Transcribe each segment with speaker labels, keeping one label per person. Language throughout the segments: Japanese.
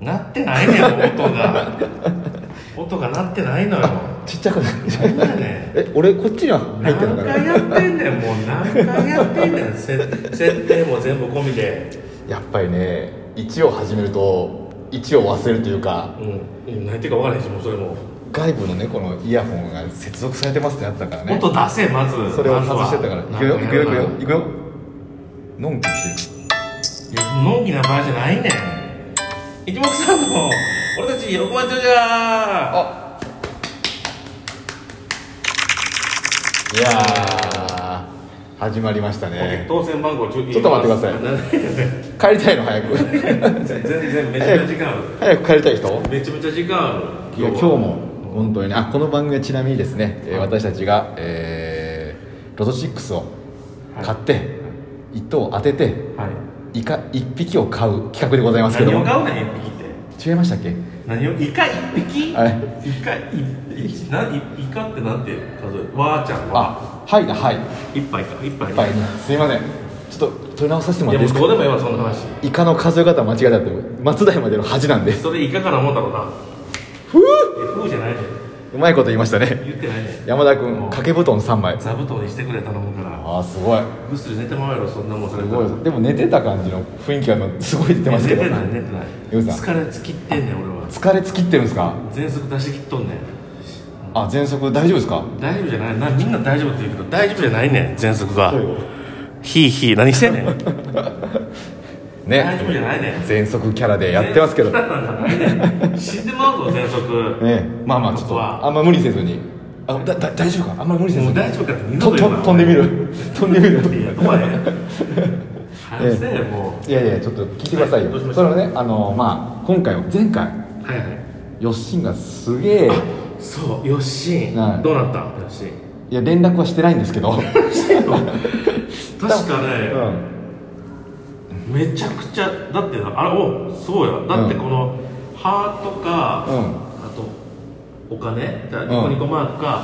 Speaker 1: なってないねん音 が音が鳴ってないのよ
Speaker 2: ちっちゃくない
Speaker 1: 何やねん
Speaker 2: え俺こっちには入ってんの
Speaker 1: 何
Speaker 2: か
Speaker 1: 回
Speaker 2: な
Speaker 1: やってんねんもう何回やってんねんせ 設定も全部込みで
Speaker 2: やっぱりね1を始めると1を忘れるというか
Speaker 1: うん何言ってるか分からへんしもうそれも
Speaker 2: 外部のねこのイヤホンが接続されてますってなってたからね
Speaker 1: 音出せまず
Speaker 2: それを外してたからい
Speaker 1: ま
Speaker 2: く
Speaker 1: ず
Speaker 2: よ
Speaker 1: はい
Speaker 2: くよいくよ
Speaker 1: い
Speaker 2: いくよのんきしてる
Speaker 1: やのんきな場合じゃないねん一目散の俺たち横番長じゃ
Speaker 2: あいやー始まりましたね
Speaker 1: 当選番号ちょ
Speaker 2: ちょっと待ってください
Speaker 1: い
Speaker 2: 帰りたいの早く
Speaker 1: 全然めちゃめちゃ時間ある
Speaker 2: 早く帰りたい人
Speaker 1: めちゃめちゃ時間ある
Speaker 2: いや今日
Speaker 1: は
Speaker 2: も本当にねあこの番組はちなみにですね、えー
Speaker 1: はい
Speaker 2: 私たちが、えーロト6を買って、一等を当てて
Speaker 1: はい
Speaker 2: イカ1匹を買う企画でございますけど
Speaker 1: 何を
Speaker 2: も
Speaker 1: 買うねん一匹って
Speaker 2: 違いましたっけ
Speaker 1: 何をイカ一匹
Speaker 2: はい
Speaker 1: イカいい何イカってなんて数えるわーちゃんは
Speaker 2: あはいだはい
Speaker 1: 一杯か一杯
Speaker 2: いっぱいにすいませんちょっと取り直させても
Speaker 1: い
Speaker 2: ら
Speaker 1: や
Speaker 2: って
Speaker 1: も
Speaker 2: いういです
Speaker 1: どうでも
Speaker 2: か
Speaker 1: ええわそんな話
Speaker 2: イカの数え方間違えたって松代までの恥なんで
Speaker 1: それイカから思うだろうな
Speaker 2: ふう
Speaker 1: え風じゃないねん
Speaker 2: うまいこと言いましたね
Speaker 1: 言ってないねん
Speaker 2: 山田
Speaker 1: うん
Speaker 2: 君掛け布団3枚
Speaker 1: 座布団にしてくれ頼むから
Speaker 2: ああすごい
Speaker 1: ぐっすり寝てもらえろそんなもんされ
Speaker 2: す
Speaker 1: たら
Speaker 2: ごいでも寝てた感じの雰囲気が今すごい出てますけど
Speaker 1: 寝てない寝て
Speaker 2: ゆう
Speaker 1: な
Speaker 2: さ
Speaker 1: い
Speaker 2: ん
Speaker 1: 疲れつきってんねん俺は
Speaker 2: 疲れ尽きってるんですか
Speaker 1: 全速出し切っとんねん
Speaker 2: あ喘息大丈夫ですか
Speaker 1: 大丈夫じゃないなみんな大丈夫って言うけど大丈夫じゃないねん喘息が
Speaker 2: そうよ
Speaker 1: ひいひい何してんねん大
Speaker 2: ね
Speaker 1: 丈夫じゃないねん
Speaker 2: 喘息キャラでやってますけど
Speaker 1: そん
Speaker 2: ね
Speaker 1: なのないねん死んでまうぞ喘息
Speaker 2: まあまあちょっ
Speaker 1: 僕
Speaker 2: と
Speaker 1: は
Speaker 2: あんま無理せずにあだだ大丈夫かあんまり無理せず
Speaker 1: もう
Speaker 2: に
Speaker 1: 大丈夫かって二
Speaker 2: と
Speaker 1: 度と
Speaker 2: と
Speaker 1: 言うな
Speaker 2: 飛んでみる 飛んでみる
Speaker 1: いや怖い 反省やも
Speaker 2: いやいやちょっと聞いてください
Speaker 1: はいどうしま
Speaker 2: よ
Speaker 1: した
Speaker 2: それはねあのまあ今回前回
Speaker 1: うはいはい
Speaker 2: よっしんがすげえ
Speaker 1: そうよっしん
Speaker 2: はい
Speaker 1: どうなったよっしん
Speaker 2: いや連絡はしてないんです けど
Speaker 1: 確か
Speaker 2: う
Speaker 1: ね
Speaker 2: ん
Speaker 1: めちゃくちゃだってなあれおそうやだってこの歯とか
Speaker 2: うん
Speaker 1: あとお金じゃあ
Speaker 2: うん
Speaker 1: ニコニコマークか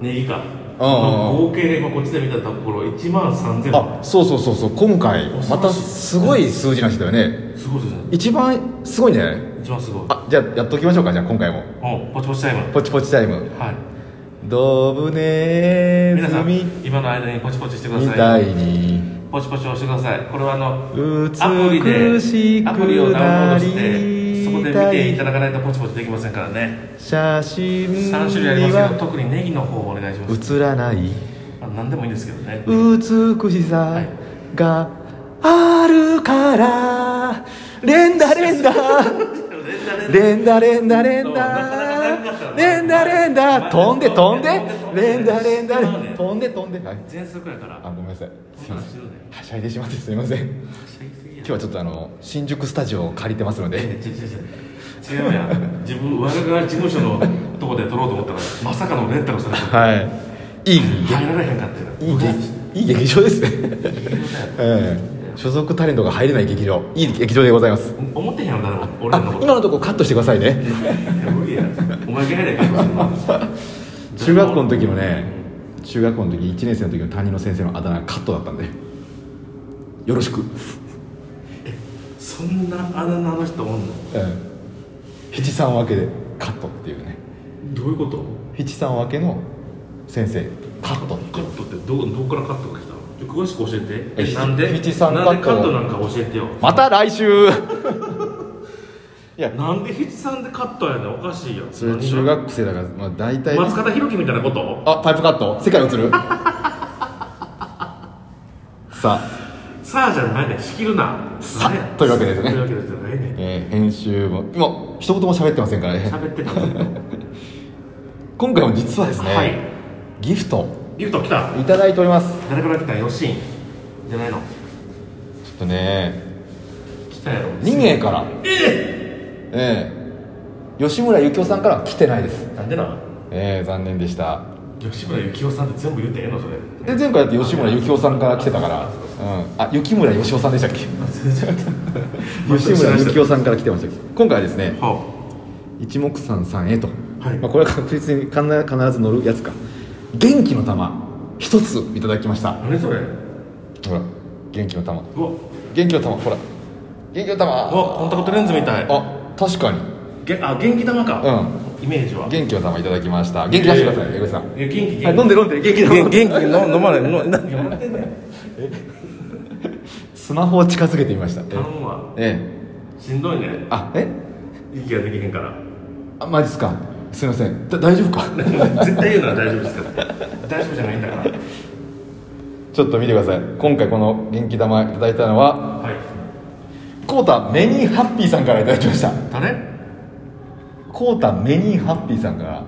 Speaker 1: ネギか
Speaker 2: うんうんうん
Speaker 1: の合計で今こっちで見たところ1万3000
Speaker 2: あそうそうそうそう今回またすごい数字の人だよね
Speaker 1: すごいですね
Speaker 2: 一番すごいんじゃない
Speaker 1: 一番すごい
Speaker 2: あじゃあやっときましょうかじゃあ今回も
Speaker 1: うんポチポチタイム
Speaker 2: ポチポチタイム
Speaker 1: はい
Speaker 2: ドブネ
Speaker 1: 皆
Speaker 2: ズ
Speaker 1: さん
Speaker 2: ミ
Speaker 1: 今の間にポチポチしてく
Speaker 2: み
Speaker 1: ださ
Speaker 2: た
Speaker 1: い
Speaker 2: いに
Speaker 1: ポチポチ押してくださいこれはあの
Speaker 2: 美しく
Speaker 1: アプリをダウンロード
Speaker 2: な
Speaker 1: してそこで
Speaker 2: り
Speaker 1: 見
Speaker 2: た
Speaker 1: ていた
Speaker 2: い
Speaker 1: だかないとポチポチできませんからね
Speaker 2: 写真に
Speaker 1: 3種類ありますけど
Speaker 2: は
Speaker 1: 特にネギの方をお願いします
Speaker 2: 映らない
Speaker 1: あ何でもいいんですけどね
Speaker 2: 美しさ
Speaker 1: い
Speaker 2: があるから連打連打連打連打連
Speaker 1: なかなかなかった
Speaker 2: 打
Speaker 1: な
Speaker 2: 連打連
Speaker 1: ま
Speaker 2: 打
Speaker 1: あ
Speaker 2: 飛んで飛んで
Speaker 1: 飛んで
Speaker 2: 連打連打
Speaker 1: 違うね
Speaker 2: 飛んで飛んではい
Speaker 1: 全速やから
Speaker 2: あごめんなさいすい
Speaker 1: こん
Speaker 2: ま
Speaker 1: なん
Speaker 2: せ
Speaker 1: して
Speaker 2: ん
Speaker 1: るね
Speaker 2: はしゃいでしまってすみません今
Speaker 1: はしゃぎすぎや
Speaker 2: 日はちょっとあの新宿スタジオを借りてますので
Speaker 1: 違う違う違う違うやん自分我が事務所のとこで撮ろうと思ったらまさかのレンタルされて
Speaker 2: はいいい
Speaker 1: 入られへんかったよ
Speaker 2: いい
Speaker 1: 無理
Speaker 2: 劇いい劇場ですね ええ所属タレントが入れない劇場いい劇場でございます
Speaker 1: 思ってへんやろ誰も俺
Speaker 2: あ
Speaker 1: らのこと
Speaker 2: 今のとこカットしてくださいね
Speaker 1: いや無理やお前がやれへんか
Speaker 2: 中学校の時のね中学校の時1年生の時の担任の先生のあだ名がカットだったんでよろしく、
Speaker 1: そんなあだ名の人おんの
Speaker 2: ええ七三分けでカットっていうね
Speaker 1: どういうこと
Speaker 2: 七三分けの先生カット
Speaker 1: カットってどうどこからカットが来たのちょ詳しく教えて
Speaker 2: え
Speaker 1: えなんで
Speaker 2: 七三
Speaker 1: なんで
Speaker 2: カ
Speaker 1: カ
Speaker 2: ッ
Speaker 1: ッ
Speaker 2: ト
Speaker 1: トなんか教えてよ
Speaker 2: また来週いや
Speaker 1: なんで七三でカットやねんおかしいよ
Speaker 2: それ中学生だから、まあ、大
Speaker 1: 何
Speaker 2: 体
Speaker 1: が松方弘樹みたいなこと
Speaker 2: あパイプカット世界映る さあ、
Speaker 1: さあじゃないねん仕切るな
Speaker 2: さ
Speaker 1: 何や
Speaker 2: というわけですね
Speaker 1: というわけですじゃないねん
Speaker 2: えー編集も今一言も喋ってませんからね
Speaker 1: 喋ってたもん
Speaker 2: 今回も実はですね、
Speaker 1: はい
Speaker 2: ギフト
Speaker 1: リフト来た
Speaker 2: いただいております
Speaker 1: 誰から来たんよしんじゃないの
Speaker 2: ちょっとね
Speaker 1: 来たやろ
Speaker 2: 2名からええ吉村由紀夫さんからは来てないです
Speaker 1: なんでな
Speaker 2: ええ残念でした
Speaker 1: 吉村幸雄さんって全部言ってええのそれ
Speaker 2: で前回だって吉村由紀夫さんから来てたから、うん、あ雪村由紀夫さんでしたっけ吉村由紀夫さんから来てましたっけ今回はですね
Speaker 1: は
Speaker 2: 一目散さんへと、
Speaker 1: はい
Speaker 2: まあ、これは確実に必ず必ず乗るやつか元気の玉一ついただきました
Speaker 1: あ何それ
Speaker 2: ほら元気の玉
Speaker 1: うわ
Speaker 2: 元気の玉ほら元気の玉
Speaker 1: うわコンタクトレンズみたい
Speaker 2: あ確かに
Speaker 1: げあ元気玉か、イメージは
Speaker 2: 元気の玉いただきました元気出してください江口さん
Speaker 1: いや元気元気、
Speaker 2: はい飲んで飲んで 元気
Speaker 3: 元
Speaker 2: の
Speaker 3: 気に飲飲まない飲何
Speaker 1: いや笑ってんだよ
Speaker 2: スマホを近づけてみました
Speaker 1: 頼むわ
Speaker 2: ええ
Speaker 1: しんどいね
Speaker 2: あえ
Speaker 1: 息ができへんから
Speaker 2: あマジっすかすいませんだ大丈夫か
Speaker 1: 絶対言うのは大丈夫ですから大丈夫じゃないんだから
Speaker 2: ちょっと見てください今回この元気玉いただいたのは
Speaker 1: はい
Speaker 2: コータメニーハッピーさんからいただきました
Speaker 1: 誰
Speaker 2: コータメニーハッピーさんから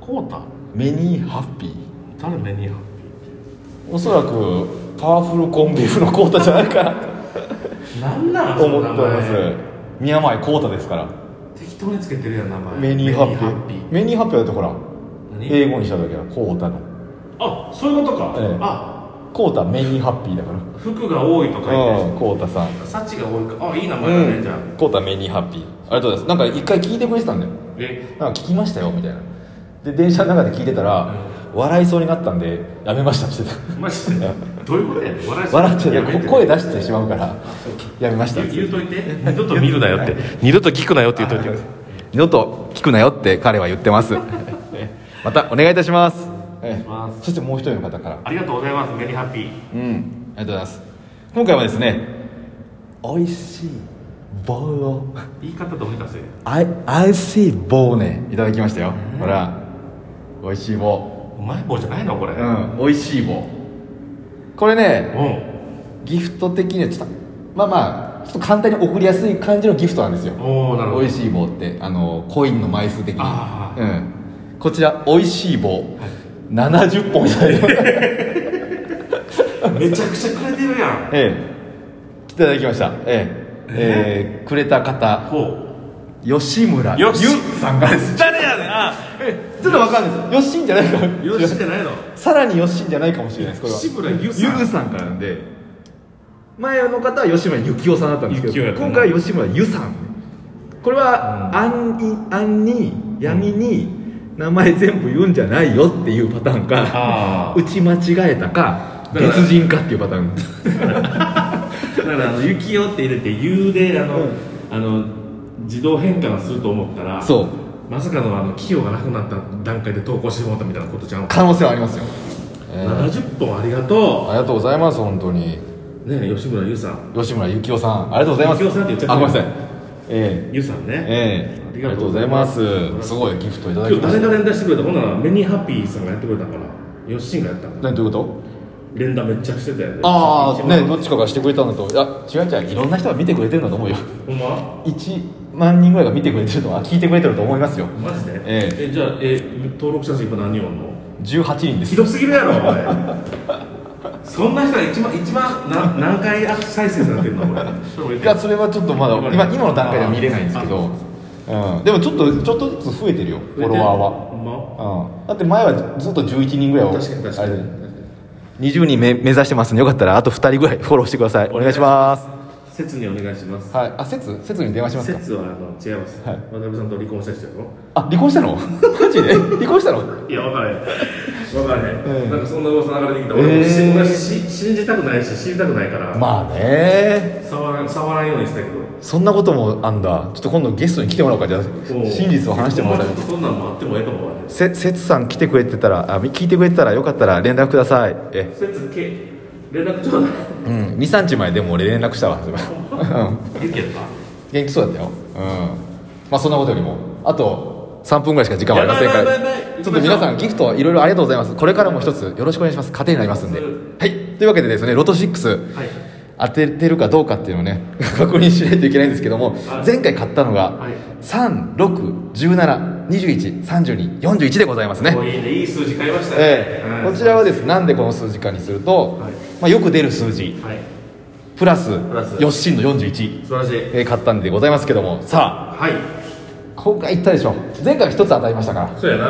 Speaker 1: コータ
Speaker 2: メニーハッピー
Speaker 1: 誰メニーハ
Speaker 2: おそらくパワフルコンビーフのコータじゃないかな
Speaker 1: なんなん
Speaker 2: と
Speaker 1: その
Speaker 2: 思って
Speaker 1: 名
Speaker 2: おりま
Speaker 1: 前
Speaker 2: す宮前コータですから
Speaker 1: 適当につけてるやん名前
Speaker 2: メニーハッピー
Speaker 1: メニーハ
Speaker 2: メニーハッピーだってほら
Speaker 1: 何
Speaker 2: 英語にしただけだコータの
Speaker 1: あそういうことか、
Speaker 2: ええ
Speaker 1: あ
Speaker 2: コータメニーハッピーだから
Speaker 1: 服が多いと書いて
Speaker 2: うんコータさん
Speaker 1: る幸が多いかあいい名前だね、じゃあ
Speaker 2: コータメニーハッピーありがとうございますなんか一回聞いてくれてたんだよ
Speaker 1: え
Speaker 2: なんか聞きましたよみたいなで電車の中で聞いてたら、笑いそうになったんでやめましたって言って
Speaker 1: マジでどういうことやねん笑い
Speaker 2: た笑っちゃ
Speaker 1: や
Speaker 2: う
Speaker 1: め
Speaker 2: こ声出してしまうからやめましたっ
Speaker 1: 言
Speaker 2: て
Speaker 1: う
Speaker 2: 言
Speaker 1: 言
Speaker 2: っ
Speaker 1: う
Speaker 2: て
Speaker 1: といて二度と見るなよって 二度と聞くなよって言うといて
Speaker 2: 二度と聞くなよって彼は言って ますまたお願いいたしますええ
Speaker 1: ます
Speaker 2: そしてもう一人の方から
Speaker 1: ありがとうございますメニーハッピー
Speaker 2: うんありがとうございます今回はですね美味しい棒を
Speaker 1: 言い方どうにかせえ
Speaker 2: あい美味しい棒をねいただきましたよほら美味しい棒
Speaker 1: うまい棒じゃないのこれ
Speaker 2: うん美味しい棒これね
Speaker 1: う
Speaker 2: ギフト的にはちょっとまあまあちょっと簡単に送りやすい感じのギフトなんですよ
Speaker 1: んおおなるほ
Speaker 2: 美
Speaker 1: ど
Speaker 2: 味しい棒ってあのコインの枚数的に、
Speaker 1: あー
Speaker 2: うん、こちら美味しい棒70本いただい て
Speaker 1: めちゃくちゃくれてるやん
Speaker 2: ええいただきましたええええくれた方
Speaker 1: ほ
Speaker 2: 吉村
Speaker 1: うよし
Speaker 2: ゆさんがです
Speaker 1: 誰やねんあ
Speaker 2: ちょっとわかんないですよっしんじゃないかも
Speaker 1: よしじゃないの
Speaker 2: さらによっしんじゃないかもしれないですこれは
Speaker 1: 吉村ゆさん
Speaker 2: ゆさんからなんで前の方は吉村幸男さんだったんです
Speaker 1: 幸男
Speaker 2: けど
Speaker 1: やったな
Speaker 2: 今回は吉村ゆさんこれは暗に暗に闇に名前全部言うんじゃないよっていうパターン
Speaker 1: あ
Speaker 2: か
Speaker 1: ー
Speaker 2: 打ち間違えたか
Speaker 1: だから
Speaker 2: 別人かっていうパターン
Speaker 1: だからあの「雪よ」って入れて「ゆ」であの、
Speaker 2: うん
Speaker 1: あの自動変換すると思ったら
Speaker 2: そう
Speaker 1: まさかのあの企業がなくなった段階で投稿してもらったみたいなことじゃん、
Speaker 2: 可能性はありますよ、えー
Speaker 1: 70本ありがと
Speaker 2: ありがとうございます本当に
Speaker 1: うねえ吉村優さん
Speaker 2: 吉村幸男さんありがとうございます
Speaker 1: 幸男さんって言っちゃった
Speaker 2: あごめんなさいえ
Speaker 1: 優さん
Speaker 2: え
Speaker 1: ね
Speaker 2: ええ
Speaker 1: あ
Speaker 2: あ
Speaker 1: り
Speaker 2: り
Speaker 1: が
Speaker 2: が
Speaker 1: と
Speaker 2: と
Speaker 1: う
Speaker 2: う
Speaker 1: ござ
Speaker 2: ござ
Speaker 1: い
Speaker 2: い
Speaker 1: ま
Speaker 2: ますすすごいギフトいただき
Speaker 1: 今日
Speaker 2: まし
Speaker 1: 誰
Speaker 2: た
Speaker 1: が連打してくれたほんならメニーハッピーさんがやってくれたからヨッシンがやったの
Speaker 2: 何どういうこと
Speaker 1: 連打めっちゃしてたよね
Speaker 2: ああ
Speaker 1: 一番
Speaker 2: ねどっちかがしてくれたんだと思ういや違う違ういろんな人が見てくれてるんだと思うよ
Speaker 1: ほんま
Speaker 2: 1万人ぐらいが見てくれてるのは聞いてくれてると思いますよ
Speaker 1: マジで
Speaker 2: え
Speaker 1: えじゃあえ登録者数今何人おんの
Speaker 2: 18人で
Speaker 1: ひ
Speaker 2: す
Speaker 1: どすぎるやろお前 そんな人が一番一番な何回再生されてるの これ
Speaker 2: いやそれはちょっとまだ
Speaker 1: 今
Speaker 2: 今今の段階では見れないんですけどうん、でもちょっとちょっとずつ増えてるよフォロワ
Speaker 1: ほんま
Speaker 2: ーは、うん、だって前はずっと11人ぐらいを
Speaker 1: 確かに確かに
Speaker 2: あれ20人目目指してますんでよかったらあと2人ぐらいフォローしてくださいお願いします
Speaker 1: 説にお願いします
Speaker 2: はいあ説説に電話しますか
Speaker 1: 説はあの違います、
Speaker 2: はい
Speaker 1: 渡辺さんと離婚した人やろ
Speaker 2: あ離婚したの マジで離婚したの
Speaker 1: いや分からへん分からへん、
Speaker 2: ええ
Speaker 1: なんかそんな噂流れてきた、
Speaker 2: ええ
Speaker 1: 俺もし俺はし信じたくないし知りたくないから、
Speaker 2: まあね
Speaker 1: 触らん触らんようにしたけど
Speaker 2: そんなこともあんだちょっと今度ゲストに来てもらおうかじゃあ
Speaker 1: おう
Speaker 2: 真実を話してもらい
Speaker 1: ほんまちょっとそんなんもあってもええと思わへん
Speaker 2: せせつさん来てくれてたらあ聞いてくれてたらよかったら連絡くださいえ
Speaker 1: 説け連絡ちょうだ い
Speaker 2: うん23日前でも俺連絡したわ そういえばうん
Speaker 1: 言うけどな
Speaker 2: 元気そうだったようんまあそんなことよりもあと3分ぐらいしか時間はありませんか
Speaker 1: やばいやば
Speaker 2: ら
Speaker 1: いやばい
Speaker 2: ちょっと皆さんギフトいろいろありがとうございますこれからも一つよろしくお願いします糧になりますんではいというわけでですねロト6、
Speaker 1: はい
Speaker 2: 当ててるかどうかっていうのをね 確認しないといけないんですけども
Speaker 1: はい
Speaker 2: 前回買ったのが
Speaker 1: はい
Speaker 2: 3617213241でございますね
Speaker 1: もういいねいい数字買いましたね、
Speaker 2: ええ
Speaker 1: うん
Speaker 2: こちらはですねなんでこの数字かにすると、
Speaker 1: はい
Speaker 2: まあ、よく出る数字
Speaker 1: はい
Speaker 2: プラス
Speaker 1: ラス
Speaker 2: よっしんの41、
Speaker 1: 素晴らしい
Speaker 2: えー買ったんでございますけどもさあ
Speaker 1: はい
Speaker 2: 今回言ったでしょ前回は1つ当たりましたから
Speaker 1: そうやな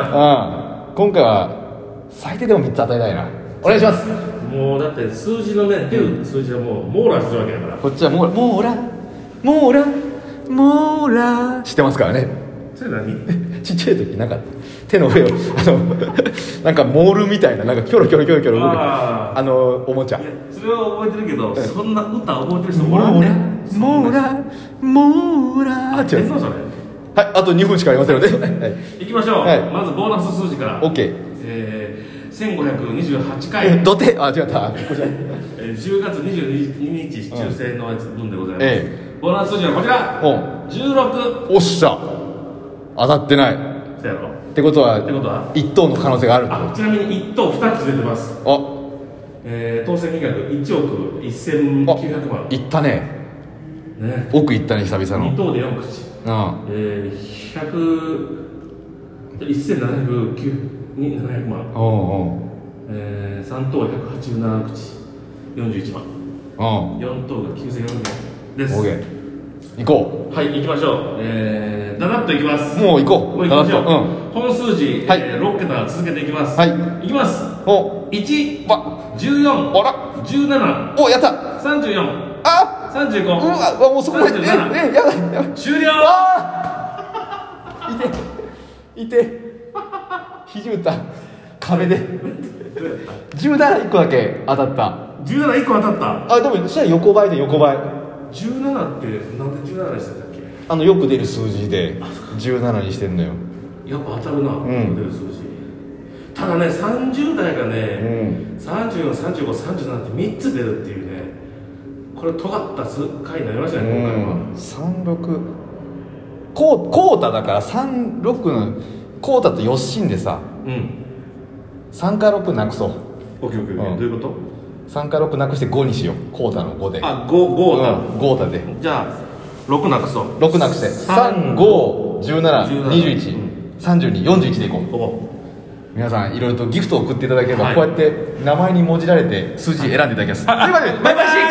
Speaker 2: うん今回は最低でも3つ与えたいなお願いします
Speaker 1: もうだって数字のね出る数字はもう網羅してるわけだから
Speaker 2: こっちはもうもうらもうらもうらしてますからね
Speaker 1: それ何
Speaker 2: ちっちゃい時なかっ手の上をあの なんかモールみたいななんかキョロキョロキョロキョロ動く
Speaker 1: あ
Speaker 2: あ
Speaker 1: ー
Speaker 2: のおもちゃ
Speaker 1: いやそれは覚えてるけどそんな歌覚えてる人おらん
Speaker 2: モー
Speaker 1: ね
Speaker 2: ラモーラモーラ
Speaker 1: あ
Speaker 2: っ
Speaker 1: 別
Speaker 2: てやつ
Speaker 1: のそれ
Speaker 2: はいあと2分しかありませんので、はい
Speaker 1: いきましょう、
Speaker 2: はい
Speaker 1: まずボーナス数字から
Speaker 2: オッケー
Speaker 1: えー、1528回、
Speaker 2: え土手あ違ったこちら
Speaker 1: えー10月22日抽選のやつ分でございます、
Speaker 2: え
Speaker 1: ボーナス数字はこちら
Speaker 2: お
Speaker 1: 16
Speaker 2: おっしゃ当たってないっ
Speaker 1: そやろ
Speaker 2: てことは
Speaker 1: ってことは
Speaker 2: 一等の可能性がある
Speaker 1: あちなみに1等2つ出てます、
Speaker 2: あ
Speaker 1: えー、当選金額1億1900万
Speaker 2: 行ったね
Speaker 1: ね
Speaker 2: 奥行ったね久々
Speaker 1: 2
Speaker 2: の
Speaker 1: 等で4口
Speaker 2: うん
Speaker 1: えー、100 1700に700万、
Speaker 2: おう
Speaker 1: えー、3等187口41万
Speaker 2: おううん
Speaker 1: 4等が9400万です
Speaker 2: オーケー行こ
Speaker 1: はい行きましょうえー、だらっといきます
Speaker 2: うもう行こう
Speaker 1: もう行きましょう、
Speaker 2: だらっ
Speaker 1: この数字、
Speaker 2: はい
Speaker 1: えー、6桁続けていきます
Speaker 2: はい
Speaker 1: いきます
Speaker 2: とうんお
Speaker 1: 1
Speaker 2: わ
Speaker 1: 14
Speaker 2: あら
Speaker 1: 17
Speaker 2: おやった
Speaker 1: 34
Speaker 2: あ
Speaker 1: 35
Speaker 2: うわうわもうそこまでええ
Speaker 1: 37
Speaker 2: やばいやばい
Speaker 1: 終了
Speaker 2: あーいていてひじゅうた壁で17一個だけ当たった
Speaker 1: 17一個当たった
Speaker 2: あでもそしたら横ばいで横ばい
Speaker 1: 17ってなんで17でしたっけ
Speaker 2: あのよく出る数字で17にしてんのよ
Speaker 1: やっぱ当たるな、
Speaker 2: ん
Speaker 1: 出る数字ただね30代が
Speaker 2: う
Speaker 1: ね、
Speaker 2: ん
Speaker 1: 343537って3つ出るっていうねこれ尖った数回になりました
Speaker 2: う
Speaker 1: ね、今回は
Speaker 2: ん36こうこうただから36のこうたとよっしんでさ
Speaker 1: うん
Speaker 2: 3か6なくそう
Speaker 1: オッケーオッケーオッケー
Speaker 2: うん
Speaker 1: どういうこと
Speaker 2: 3か6なくして5にしようこうたの5で
Speaker 1: あ五五だ、
Speaker 2: うん5たで
Speaker 1: じゃあ6なくそう
Speaker 2: 6なくして
Speaker 1: 三
Speaker 2: 3517213241でいこう
Speaker 1: おお
Speaker 2: 皆さんいろいろとギフトを送っていただければ、
Speaker 1: はい
Speaker 2: こうやって名前に文字られて数字選んでいただきます、というわけでバイバイシックス